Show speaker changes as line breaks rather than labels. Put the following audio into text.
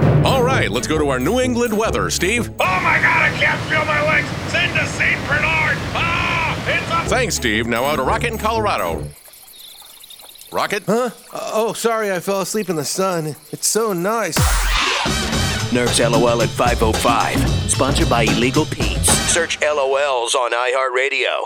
right, let's go to our New England weather, Steve.
Oh my god, I can't feel my legs! Send to St. Bernard! Ah! It's up!
Thanks, Steve. Now out to Rocket in Colorado. Rocket?
Huh? Oh, sorry, I fell asleep in the sun. It's so nice.
Nerf's LOL at 505. Sponsored by Illegal Pete's. Search LOLs on iHeartRadio.